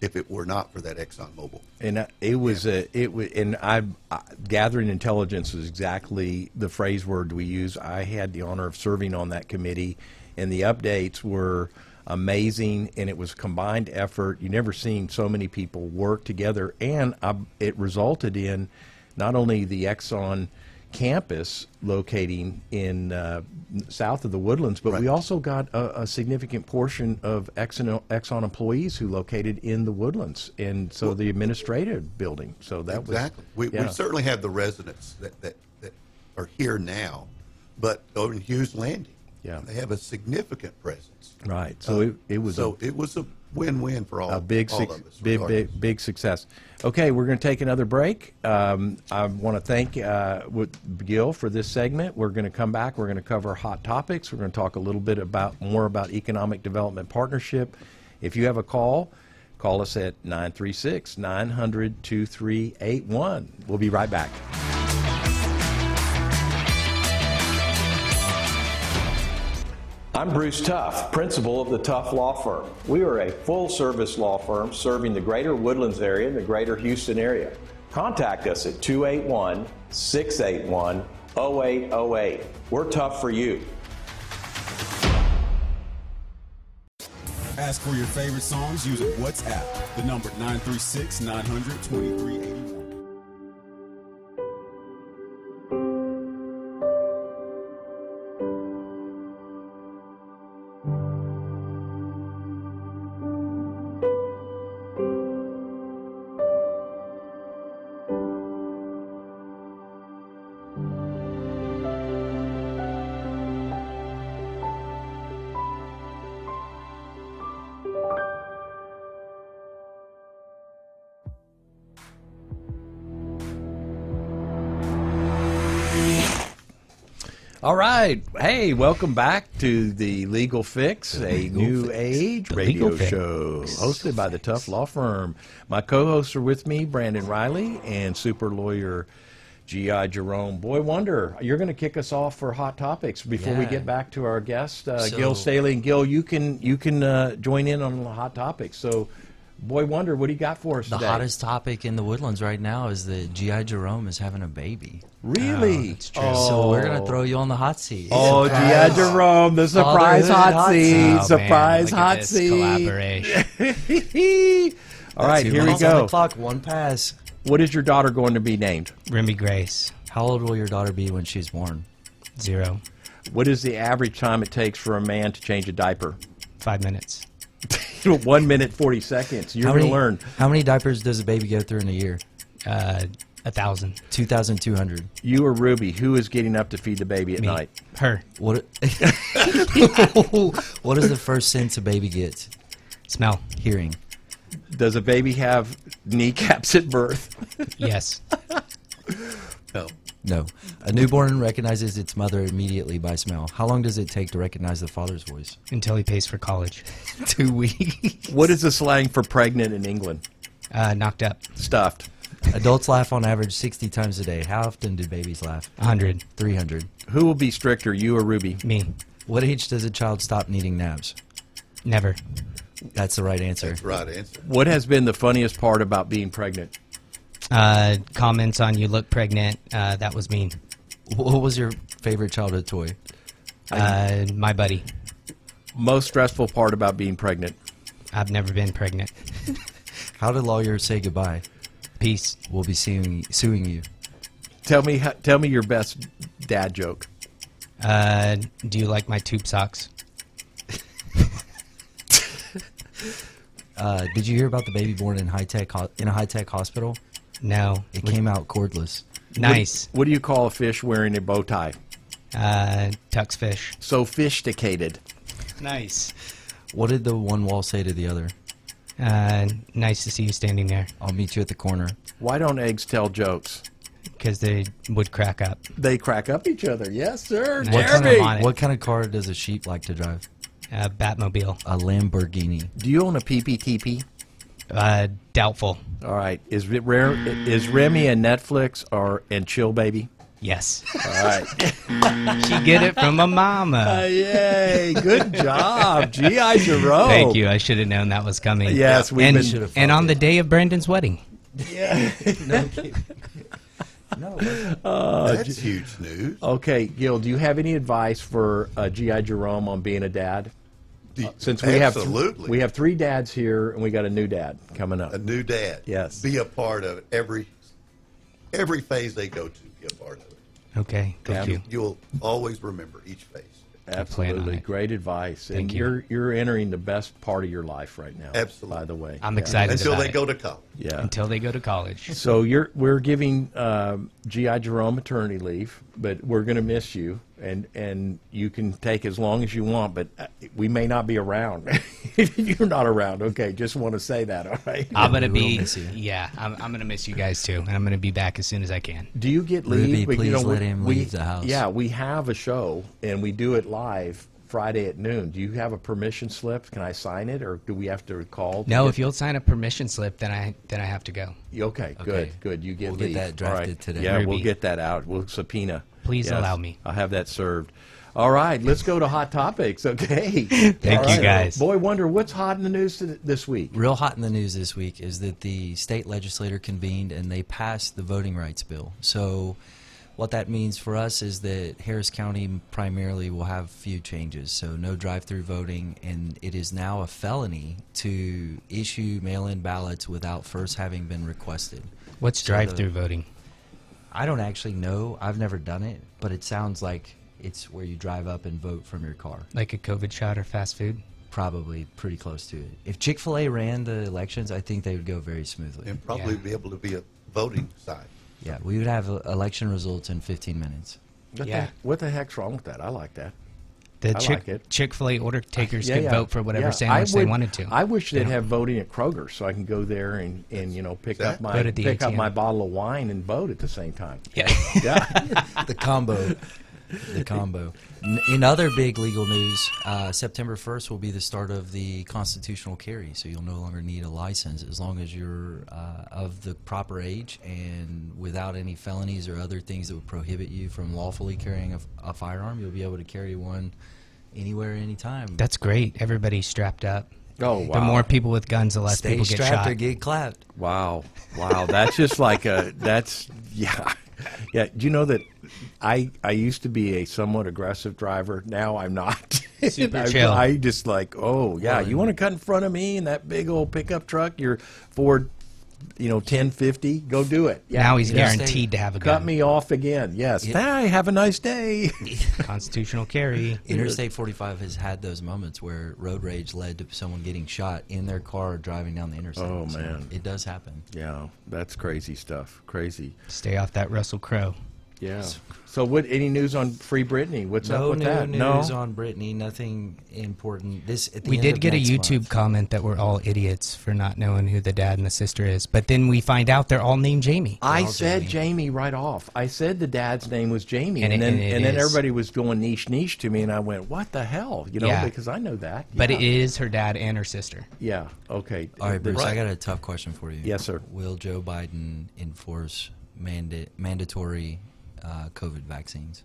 [SPEAKER 4] if it were not for that ExxonMobil.
[SPEAKER 3] and uh, it was a it was and I, I gathering intelligence was exactly the phrase word we use. I had the honor of serving on that committee, and the updates were amazing, and it was a combined effort. You never seen so many people work together, and I, it resulted in not only the Exxon campus locating in uh, n- south of the woodlands, but we also got a, a significant portion of Exxon, Exxon employees who located in the woodlands, and so the administrative building. So that
[SPEAKER 4] Exactly.
[SPEAKER 3] was
[SPEAKER 4] We,
[SPEAKER 3] yeah.
[SPEAKER 4] we certainly have the residents that, that, that are here now, but over in Hughes Landing,
[SPEAKER 3] Yeah.
[SPEAKER 4] they have a significant presence.
[SPEAKER 3] right. So it, it was
[SPEAKER 4] so it was a win-win for all,
[SPEAKER 3] a, a big,
[SPEAKER 4] all
[SPEAKER 3] suc-
[SPEAKER 4] of us.
[SPEAKER 3] big,
[SPEAKER 4] regardless.
[SPEAKER 3] big, big success. Okay, we're going to take another break. Um, I want to thank uh, with Gil for this segment. We're going to come back. We're going to cover hot topics. We're going to talk a little bit about more about economic development partnership. If you have a call, call us at 936 900 2381. We'll be right back.
[SPEAKER 1] I'm Bruce Tuff, principal of the Tuff Law Firm. We are a full service law firm serving the greater Woodlands area and the greater Houston area. Contact us at 281 681 0808. We're tough for you.
[SPEAKER 8] Ask for your favorite songs using WhatsApp. The number 936 900 2381.
[SPEAKER 3] All right. Hey, welcome back to the Legal Fix, a
[SPEAKER 5] Legal
[SPEAKER 3] new
[SPEAKER 5] Fix.
[SPEAKER 3] age
[SPEAKER 5] The
[SPEAKER 3] radio
[SPEAKER 5] Legal Fix.
[SPEAKER 3] show hosted by the Tough Law Firm. My co-hosts are with me, Brandon Riley and super lawyer G.I. Jerome. Boy Wonder, you're going to kick us off for hot topics before we
[SPEAKER 5] Yeah.
[SPEAKER 3] get back to our guest, uh,
[SPEAKER 5] So-
[SPEAKER 3] Gil Staley. And Gil, you can you can uh, join in on the hot topics. So, Boy Wonder, what do you got for us
[SPEAKER 5] The
[SPEAKER 3] today?
[SPEAKER 5] hottest topic in the woodlands right now is that GI Jerome is having a baby.
[SPEAKER 3] Really?
[SPEAKER 5] that's Oh, true. So we're gonna throw you on the hot seat.
[SPEAKER 3] Oh, G.I. Jerome, the surprise hot
[SPEAKER 5] Fatherhood hot
[SPEAKER 3] seat.
[SPEAKER 5] seat.
[SPEAKER 2] Oh,
[SPEAKER 3] surprise
[SPEAKER 2] man, look at
[SPEAKER 3] hot
[SPEAKER 2] this
[SPEAKER 3] seat.
[SPEAKER 2] Collaboration.
[SPEAKER 3] All right,
[SPEAKER 5] Two
[SPEAKER 3] here we
[SPEAKER 5] minutes on the
[SPEAKER 3] go.
[SPEAKER 5] clock, one pass.
[SPEAKER 3] What is your daughter going to be named?
[SPEAKER 2] Remy Grace,
[SPEAKER 5] How old will your daughter be when she's born?
[SPEAKER 2] zero.
[SPEAKER 3] What is the average time it takes for a man to change a diaper?
[SPEAKER 2] Five minutes.
[SPEAKER 3] One minute, 40 seconds. You're
[SPEAKER 5] How
[SPEAKER 3] going to
[SPEAKER 5] many,
[SPEAKER 3] learn.
[SPEAKER 5] how many diapers does a baby go through in a year?
[SPEAKER 2] Uh, a thousand.
[SPEAKER 5] 2,200.
[SPEAKER 3] You or Ruby, who is getting up to feed the baby at
[SPEAKER 2] Me.
[SPEAKER 3] night?
[SPEAKER 2] Her.
[SPEAKER 5] What, what is the first sense a baby gets?
[SPEAKER 2] Smell.
[SPEAKER 5] Hearing.
[SPEAKER 3] Does a baby have kneecaps at birth?
[SPEAKER 2] Yes.
[SPEAKER 4] No.
[SPEAKER 5] No. A newborn recognizes its mother immediately by smell. How long does it take to recognize the father's voice?
[SPEAKER 2] Until he pays for college.
[SPEAKER 5] Two weeks.
[SPEAKER 3] What is the slang for pregnant in England?
[SPEAKER 2] Uh, knocked up.
[SPEAKER 3] Stuffed.
[SPEAKER 5] Adults laugh on average 60 times a day. How often do babies laugh?
[SPEAKER 2] A hundred.
[SPEAKER 5] 300.
[SPEAKER 3] Who will be stricter, you or Ruby?
[SPEAKER 2] Me.
[SPEAKER 5] What age does a child stop needing naps?
[SPEAKER 2] Never.
[SPEAKER 5] That's the right answer.
[SPEAKER 4] Right answer.
[SPEAKER 3] What has been the funniest part about being pregnant?
[SPEAKER 2] Uh, comments on you look pregnant. Uh, that was mean.
[SPEAKER 5] Wh- What was your favorite childhood toy?
[SPEAKER 2] Uh, my buddy.
[SPEAKER 3] Most stressful part about being pregnant?
[SPEAKER 2] I've never been pregnant.
[SPEAKER 5] How did lawyers say goodbye?
[SPEAKER 2] Peace.
[SPEAKER 5] We'll be suing, suing you.
[SPEAKER 3] Tell me, how- tell me your best dad joke.
[SPEAKER 2] Uh, do you like my tube socks?
[SPEAKER 5] Uh, did you hear about the baby born in high tech ho- in a high tech hospital?
[SPEAKER 2] No.
[SPEAKER 5] It came out cordless.
[SPEAKER 2] Nice.
[SPEAKER 3] What do you call a fish wearing a bow tie?
[SPEAKER 2] Uh, Tux fish.
[SPEAKER 3] Sophisticated.
[SPEAKER 2] Nice.
[SPEAKER 5] What did the one wall say to the other?
[SPEAKER 2] Uh, nice to see you standing there.
[SPEAKER 5] I'll meet you at the corner.
[SPEAKER 3] Why don't eggs tell jokes?
[SPEAKER 2] because they would crack up.
[SPEAKER 3] They crack up each other. Yes, sir.
[SPEAKER 2] What kind of
[SPEAKER 3] Jeremy.
[SPEAKER 2] line-
[SPEAKER 5] What kind of car does a sheep like to drive?
[SPEAKER 2] Uh, Batmobile,
[SPEAKER 5] A Lamborghini.
[SPEAKER 3] Do you own a PPTP?
[SPEAKER 2] uh, doubtful.
[SPEAKER 3] All right. Is Re- Re- is Remy and Netflix or and Chill Baby?
[SPEAKER 2] Yes,
[SPEAKER 3] All right.
[SPEAKER 2] she get it from a mama.
[SPEAKER 3] Yay! Good job, G.I. Jerome.
[SPEAKER 2] Thank you. I should have known that was coming.
[SPEAKER 3] Yes, we've
[SPEAKER 2] and,
[SPEAKER 3] been-
[SPEAKER 5] Should've
[SPEAKER 2] and
[SPEAKER 5] found
[SPEAKER 2] on
[SPEAKER 5] it.
[SPEAKER 2] the day of Brandon's wedding.
[SPEAKER 5] No, it wasn't.
[SPEAKER 3] Uh,
[SPEAKER 4] That's huge news.
[SPEAKER 3] Okay, Gil, do you have any advice for uh, G.I. Jerome on being a dad?
[SPEAKER 4] Do-
[SPEAKER 3] Since we have th-
[SPEAKER 4] absolutely
[SPEAKER 3] we have three dads here, and we got a new dad coming up.
[SPEAKER 4] a new dad.
[SPEAKER 3] Yes.
[SPEAKER 4] Be a part of it. every every phase they go to. Be a part of it.
[SPEAKER 2] Okay, thank you.
[SPEAKER 4] You'll always remember each phase.
[SPEAKER 2] plan on
[SPEAKER 3] Absolutely,
[SPEAKER 2] it.
[SPEAKER 3] great advice. and
[SPEAKER 2] Thank you.
[SPEAKER 3] are you're entering the best part of your life right now.
[SPEAKER 4] Absolutely.
[SPEAKER 3] By the way,
[SPEAKER 2] I'm
[SPEAKER 3] Yeah.
[SPEAKER 2] excited
[SPEAKER 4] Until
[SPEAKER 2] about
[SPEAKER 4] they
[SPEAKER 2] it.
[SPEAKER 4] go to college.
[SPEAKER 3] Yeah.
[SPEAKER 2] until they go to college.
[SPEAKER 3] so you're we're giving um, GI Jerome maternity leave, but we're going to miss you, and and you can take as long as you want, but uh, we may not be around. if you're not around, okay. Just want to say that. All right.
[SPEAKER 2] I'm gonna
[SPEAKER 5] we will
[SPEAKER 2] be
[SPEAKER 5] miss you.
[SPEAKER 2] yeah. I'm, I'm gonna miss you guys too, and I'm gonna be back as soon as I can.
[SPEAKER 3] Do you get leave?
[SPEAKER 5] Ruby,
[SPEAKER 3] But, you
[SPEAKER 5] please
[SPEAKER 3] know,
[SPEAKER 5] let
[SPEAKER 3] we-
[SPEAKER 5] him
[SPEAKER 3] we-
[SPEAKER 5] leave the house.
[SPEAKER 3] Yeah, we have a show and we do it live Friday at noon. Do you have a permission slip? Can I sign it, or do we have to call? to
[SPEAKER 2] No,
[SPEAKER 3] get-
[SPEAKER 2] if you'll sign a permission slip, then I then I have to go.
[SPEAKER 3] Okay,
[SPEAKER 5] Okay.
[SPEAKER 3] good, good. You get
[SPEAKER 5] We'll get
[SPEAKER 3] leave.
[SPEAKER 5] that
[SPEAKER 3] All
[SPEAKER 5] drafted today.
[SPEAKER 3] Yeah, we'll
[SPEAKER 2] Ruby.
[SPEAKER 3] get that out. We'll subpoena.
[SPEAKER 2] Please allow me.
[SPEAKER 3] I'll have that served. All right, let's go to hot topics. Okay. Thank
[SPEAKER 2] you, guys.
[SPEAKER 3] Boy Wonder, what's hot in the news th- this week?
[SPEAKER 5] Real hot in the news this week is that the state legislature convened and they passed the voting rights bill. So, what that means for us is that Harris County primarily will have few changes. So, no drive through voting, and it is now a felony to issue mail in ballots without first having been requested.
[SPEAKER 2] What's
[SPEAKER 5] So the-
[SPEAKER 2] drive-through voting?
[SPEAKER 5] I don't actually know. I've never done it, but it sounds like it's where you drive up and vote from your car.
[SPEAKER 2] Like a COVID shot or fast food?
[SPEAKER 5] Probably pretty close to it. If Chick fil A ran the elections, I think they would go very smoothly.
[SPEAKER 4] And probably
[SPEAKER 2] Yeah.
[SPEAKER 4] be able to be a voting side.
[SPEAKER 5] Yeah, we would have uh, election results in 15 minutes.
[SPEAKER 3] What
[SPEAKER 2] Yeah.
[SPEAKER 3] The, what the heck's wrong with that? I like that.
[SPEAKER 2] The
[SPEAKER 3] I
[SPEAKER 2] Chick
[SPEAKER 3] like it.
[SPEAKER 2] Chick-fil-A order takers could
[SPEAKER 3] yeah.
[SPEAKER 2] vote for whatever
[SPEAKER 3] Yeah,
[SPEAKER 2] sandwich
[SPEAKER 3] I would-
[SPEAKER 2] they wanted to.
[SPEAKER 3] I wish they'd
[SPEAKER 2] Yeah.
[SPEAKER 3] have voting at Kroger, so I can go there and, and you know pick up my
[SPEAKER 2] Vote at the
[SPEAKER 3] pick up
[SPEAKER 2] ATM.
[SPEAKER 3] my bottle of wine and vote at the same time.
[SPEAKER 2] Yeah.
[SPEAKER 3] Yeah.
[SPEAKER 5] The combo. the combo. N- In other big legal news, uh, September 1st will be the start of the constitutional carry, so you'll no longer need a license as long as you're uh, of the proper age and without any felonies or other things that would prohibit you from lawfully carrying a, f- a firearm. You'll be able to carry one anywhere, anytime.
[SPEAKER 2] That's great. Everybody's strapped up.
[SPEAKER 3] Oh wow.
[SPEAKER 2] The more people with guns, the less
[SPEAKER 5] Stay
[SPEAKER 2] people get
[SPEAKER 5] strapped
[SPEAKER 2] shot.
[SPEAKER 5] or get clapped.
[SPEAKER 3] Wow. Wow. That's just like a that's yeah. Yeah. Do you know that I I used to be a somewhat aggressive driver. Now I'm not.
[SPEAKER 2] Super
[SPEAKER 3] I,
[SPEAKER 2] chill.
[SPEAKER 3] I just like, oh yeah,
[SPEAKER 5] Well,
[SPEAKER 3] you want to cut in front of me in that big old pickup truck, your Ford you know, ten fifty, go do it. Yeah.
[SPEAKER 2] Now he's
[SPEAKER 5] Yeah.
[SPEAKER 2] guaranteed to have a
[SPEAKER 3] Cut
[SPEAKER 2] gun.
[SPEAKER 3] me off again. Yes. Hi, have a nice day.
[SPEAKER 2] Constitutional carry.
[SPEAKER 5] Interstate 45 has had those moments where road rage led to someone getting shot in their car driving down the interstate.
[SPEAKER 3] Oh, man.
[SPEAKER 5] it does happen.
[SPEAKER 3] yeah, that's crazy stuff. Crazy.
[SPEAKER 2] Stay off that Russell Crowe.
[SPEAKER 3] Yeah. So what any news on Free Britney? What's up
[SPEAKER 5] No
[SPEAKER 3] with
[SPEAKER 5] new
[SPEAKER 3] that?
[SPEAKER 5] news on Brittany. Nothing important. This at the
[SPEAKER 2] We
[SPEAKER 5] end
[SPEAKER 2] did
[SPEAKER 5] of
[SPEAKER 2] get a
[SPEAKER 5] next
[SPEAKER 2] YouTube
[SPEAKER 5] month.
[SPEAKER 2] comment that we're all idiots for not knowing who the dad and the sister is, but then we find out they're all named Jamie.
[SPEAKER 3] I
[SPEAKER 5] all
[SPEAKER 3] said Jamie.
[SPEAKER 5] Jamie.
[SPEAKER 3] right off. I said the dad's name was Jamie, and,
[SPEAKER 2] And it-
[SPEAKER 3] then
[SPEAKER 2] and it
[SPEAKER 3] and then
[SPEAKER 2] is.
[SPEAKER 3] everybody was going niche niche to me, and I went, "What the hell?" You know,
[SPEAKER 2] Yeah.
[SPEAKER 3] because I know that.
[SPEAKER 2] But
[SPEAKER 3] yeah.
[SPEAKER 2] it is her dad and her sister.
[SPEAKER 3] yeah, okay.
[SPEAKER 5] All right, Bruce.
[SPEAKER 4] Right.
[SPEAKER 5] I got a tough question for you.
[SPEAKER 3] Yes, sir.
[SPEAKER 5] Will Joe Biden enforce manda- mandatory uh, COVID vaccines?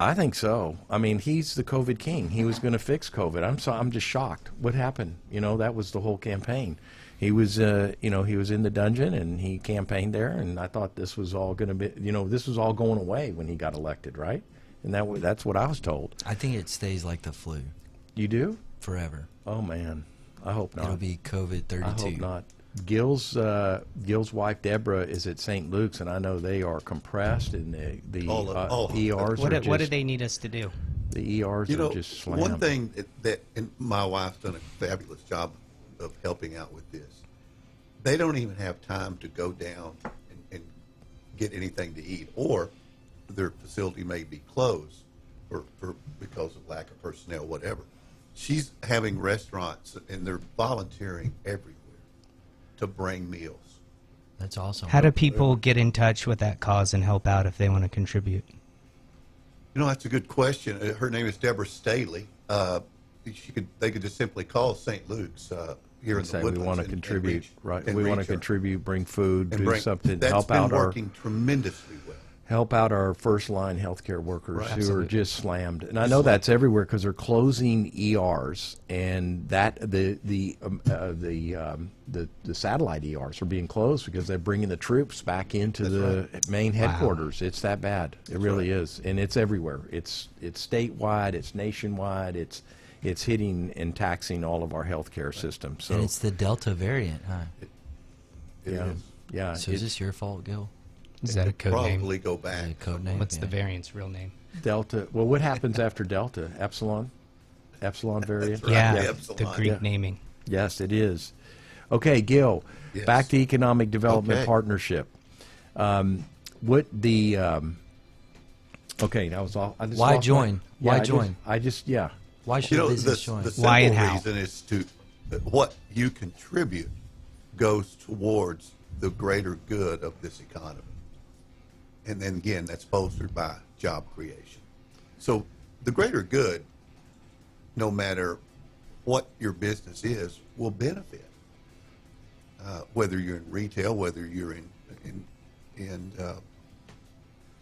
[SPEAKER 3] I think so. I mean, he's the COVID king. He was going to fix COVID. I'm so I'm just shocked. What happened? You know, that was the whole campaign. He was, uh, you know, he was in the dungeon and he campaigned there, and I thought this was all going to be, you know, this was all going away when he got elected, right? And that wa- that's what I was told.
[SPEAKER 5] I think it stays like the flu
[SPEAKER 3] You do?
[SPEAKER 5] forever.
[SPEAKER 3] Oh man, I hope not.
[SPEAKER 5] It'll be COVID 32.
[SPEAKER 3] I hope not. Gil's uh, Gil's wife Deborah is at St. Luke's, and I know they are compressed, and the the
[SPEAKER 4] All of-
[SPEAKER 3] uh,
[SPEAKER 4] all of-
[SPEAKER 3] ERs
[SPEAKER 2] What,
[SPEAKER 3] are
[SPEAKER 2] do-
[SPEAKER 3] just
[SPEAKER 2] what do they need us to do?
[SPEAKER 3] the ERs
[SPEAKER 4] You
[SPEAKER 3] are
[SPEAKER 4] know,
[SPEAKER 3] just slammed.
[SPEAKER 4] one thing that- that and my wife's done a fabulous job of helping out with this. They don't even have time to go down and, and get anything to eat, or their facility may be closed for, for because of lack of personnel, whatever. She's having restaurants and they're volunteering everywhere to bring meals.
[SPEAKER 5] That's awesome.
[SPEAKER 2] How do people get in touch with that cause and help out if they want to contribute?
[SPEAKER 4] You know, that's a good question. Uh, Her name is Deborah Staley. Uh, she could, they could just simply call St. Luke's uh, here in
[SPEAKER 3] Say
[SPEAKER 4] the
[SPEAKER 3] we
[SPEAKER 4] Woodlands.
[SPEAKER 3] want to
[SPEAKER 4] and- and
[SPEAKER 3] contribute,
[SPEAKER 4] reach-
[SPEAKER 3] right?
[SPEAKER 4] and
[SPEAKER 3] We want to
[SPEAKER 4] reach her.
[SPEAKER 3] contribute, bring food,
[SPEAKER 4] And
[SPEAKER 3] do
[SPEAKER 4] bring-
[SPEAKER 3] something,
[SPEAKER 4] that's
[SPEAKER 3] help
[SPEAKER 4] been
[SPEAKER 3] out our
[SPEAKER 4] working tremendously well.
[SPEAKER 3] help out our first line healthcare workers who are
[SPEAKER 5] Absolutely.
[SPEAKER 3] just slammed. And I know that's everywhere because they're closing ERs, and that the the um, uh, the, um, the the satellite ERs are being closed because they're bringing the troops back into the main headquarters. It's that bad. It really is, and it's everywhere. It's it's statewide. It's nationwide. It's it's hitting and taxing all of our healthcare system. So
[SPEAKER 5] and it's the Delta variant, huh?
[SPEAKER 4] It
[SPEAKER 3] yeah,
[SPEAKER 4] is.
[SPEAKER 3] yeah.
[SPEAKER 5] So
[SPEAKER 3] it's
[SPEAKER 5] is this your fault, Gil?
[SPEAKER 2] Is that a code name?
[SPEAKER 4] Probably go back.
[SPEAKER 5] The code name.
[SPEAKER 2] What's the
[SPEAKER 5] Yeah.
[SPEAKER 2] variant's real name?
[SPEAKER 3] Delta. Well, what happens after Delta? Epsilon. Epsilon variant.
[SPEAKER 4] right.
[SPEAKER 2] Yeah,
[SPEAKER 4] Yeah.
[SPEAKER 2] the
[SPEAKER 4] Epsilon,
[SPEAKER 2] Greek
[SPEAKER 3] yeah.
[SPEAKER 2] naming.
[SPEAKER 3] Yes, it is. Okay, Gil,
[SPEAKER 4] Yes.
[SPEAKER 3] back to economic development
[SPEAKER 4] Okay.
[SPEAKER 3] partnership. Um, what the? Um, okay, that was all. I just
[SPEAKER 5] Why
[SPEAKER 3] lost
[SPEAKER 5] join?
[SPEAKER 3] yeah,
[SPEAKER 5] Why
[SPEAKER 3] I just-
[SPEAKER 5] join?
[SPEAKER 3] I just yeah.
[SPEAKER 5] Why should
[SPEAKER 4] You know, the,
[SPEAKER 5] business
[SPEAKER 4] the
[SPEAKER 5] join?
[SPEAKER 4] simple
[SPEAKER 2] Why and how?
[SPEAKER 4] reason is to what you contribute goes towards the greater good of this economy. And then again, that's bolstered by job creation. So the greater good, no matter what your business is, will benefit. Uh, whether you're in retail, whether you're in in, in uh,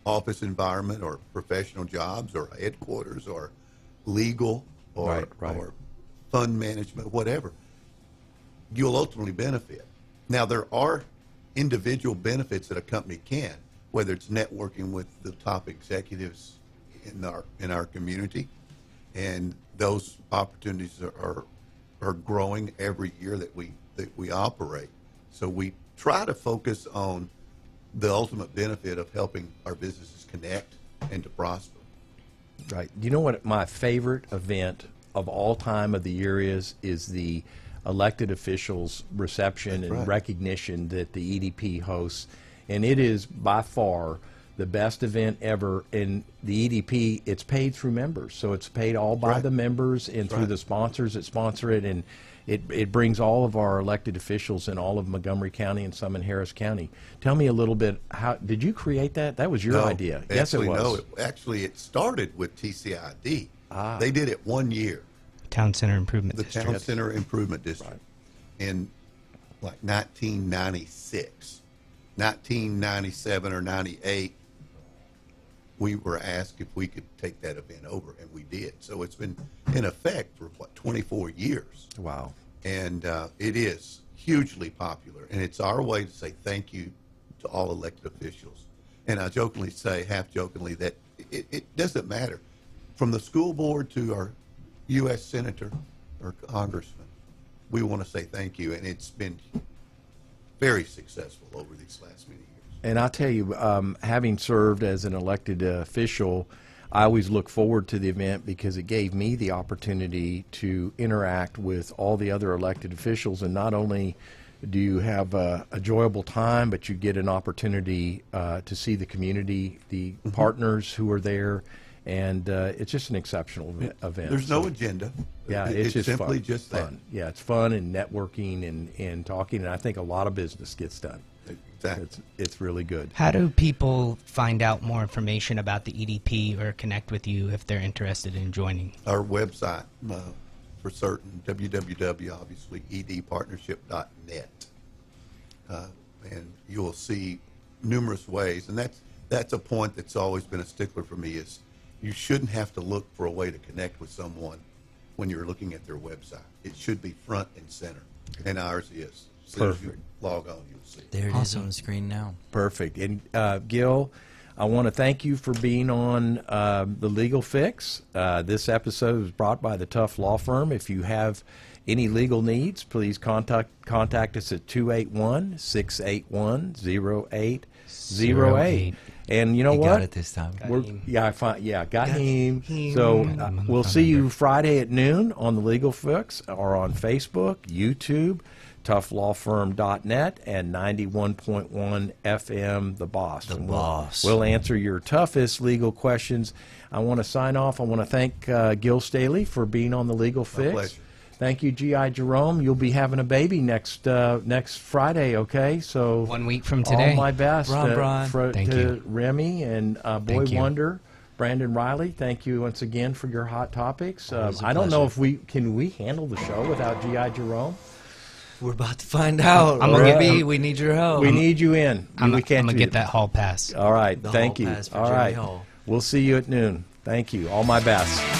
[SPEAKER 4] office environment or professional jobs or headquarters or legal or,
[SPEAKER 3] Right, right.
[SPEAKER 4] or fund management, whatever, you'll ultimately benefit. Now, there are individual benefits that a company can, whether it's networking with the top executives in our in our community, and those opportunities are are, are growing every year that we that we operate. So we try to focus on the ultimate benefit of helping our businesses connect and to prosper.
[SPEAKER 3] Right. You know what my favorite event of all time of the year is is the elected officials reception and
[SPEAKER 4] right.
[SPEAKER 3] recognition that the EDP hosts and it is by far the best event ever and the EDP it's paid through members so it's paid all by
[SPEAKER 4] right.
[SPEAKER 3] the members and through
[SPEAKER 4] right.
[SPEAKER 3] the sponsors that sponsor it and it it brings all of our elected officials in all of Montgomery County and some in Harris County tell me a little bit how did you create that that was your
[SPEAKER 4] No,
[SPEAKER 3] idea yes it
[SPEAKER 4] actually,
[SPEAKER 3] was
[SPEAKER 4] No, it, actually, it started with TCID. Ah. They did it one year,
[SPEAKER 2] Town Center Improvement
[SPEAKER 4] the
[SPEAKER 2] District.
[SPEAKER 4] Town Center Improvement District, in like 1996, 1997 or 98. We were asked if we could take that event over, and we did. So it's been in effect for what 24 years.
[SPEAKER 3] wow
[SPEAKER 4] and uh, it is hugely popular. And it's our way to say thank you to all elected officials. And I jokingly say, half jokingly, that it, it doesn't matter. From the school board to our U.S. senator or congressman, we want to say thank you. And it's been very successful over these last many years.
[SPEAKER 3] And I'll tell you, um, having served as an elected uh, official, I always look forward to the event because it gave me the opportunity to interact with all the other elected officials. And not only do you have a enjoyable time, but you get an opportunity uh, to see the community, the
[SPEAKER 4] Mm-hmm.
[SPEAKER 3] partners who are there. And uh, it's just an exceptional ev- event.
[SPEAKER 4] There's no agenda.
[SPEAKER 3] Yeah,
[SPEAKER 4] It-
[SPEAKER 3] it's, just
[SPEAKER 4] simply
[SPEAKER 3] fun.
[SPEAKER 4] just that.
[SPEAKER 3] fun. Yeah, it's fun and networking and, and talking. And I think a lot of business gets done.
[SPEAKER 4] Exactly.
[SPEAKER 3] It's, it's really good.
[SPEAKER 2] How do people find out more information about the EDP or connect with you if they're interested in joining?
[SPEAKER 4] our website uh, for certain www obviously E edpartnership.net uh, and you'll see numerous ways and that's that's a point that's always been a stickler for me is you shouldn't have to look for a way to connect with someone when you're looking at their website it should be front and center and ours is as soon as you
[SPEAKER 3] Perfect.
[SPEAKER 4] log on you'll see it.
[SPEAKER 5] there it is on the screen now.
[SPEAKER 3] Perfect. And uh, Gil, I want to thank you for being on uh, the Legal Fix. Uh, this episode is brought by the Tough Law Firm. If you have any legal needs, please contact contact us at 281 681 0808. And you know
[SPEAKER 5] You
[SPEAKER 3] what?
[SPEAKER 5] got it this time.
[SPEAKER 3] We're, yeah, I find, yeah, got, him.
[SPEAKER 2] him.
[SPEAKER 3] So
[SPEAKER 2] Got
[SPEAKER 3] uh,
[SPEAKER 2] him on
[SPEAKER 3] we'll
[SPEAKER 2] the
[SPEAKER 3] see you Friday at noon on the Legal Fix or on Facebook, YouTube, toughlawfirm.net, and 91.1 FM, The Boss. The
[SPEAKER 5] Boss.
[SPEAKER 3] We'll, answer your toughest legal questions. I want to sign off. I want to thank uh, Gil Staley for being on the Legal Fix.
[SPEAKER 4] pleasure.
[SPEAKER 3] Thank you, GI Jerome. You'll be having a baby next uh, next Friday. Okay, so
[SPEAKER 2] One week from today.
[SPEAKER 3] All my best,
[SPEAKER 5] Ron Brian.
[SPEAKER 3] fro-
[SPEAKER 2] Thank
[SPEAKER 3] to
[SPEAKER 2] you.
[SPEAKER 3] Remy and uh, Boy
[SPEAKER 2] Thank you.
[SPEAKER 3] Wonder, Brandon Riley. Thank you once again for your hot topics. Um,
[SPEAKER 5] Always a
[SPEAKER 3] I don't know
[SPEAKER 5] pleasure.
[SPEAKER 3] if we can we handle the show without GI Jerome.
[SPEAKER 5] We're about to find out.
[SPEAKER 2] I'm
[SPEAKER 5] I'm
[SPEAKER 2] gonna
[SPEAKER 5] gonna
[SPEAKER 2] get-
[SPEAKER 5] be. Oh, We need your help.
[SPEAKER 3] we need you in.
[SPEAKER 2] Oh, I'm,
[SPEAKER 3] we
[SPEAKER 2] I'm
[SPEAKER 3] can't
[SPEAKER 2] gonna
[SPEAKER 3] do-
[SPEAKER 2] get that hall pass.
[SPEAKER 3] All right.
[SPEAKER 5] The
[SPEAKER 3] thank
[SPEAKER 5] hall
[SPEAKER 3] you.
[SPEAKER 5] pass for
[SPEAKER 3] All
[SPEAKER 5] Jimmy
[SPEAKER 3] right.
[SPEAKER 5] Hall.
[SPEAKER 3] We'll see you at noon. Thank you. All my best.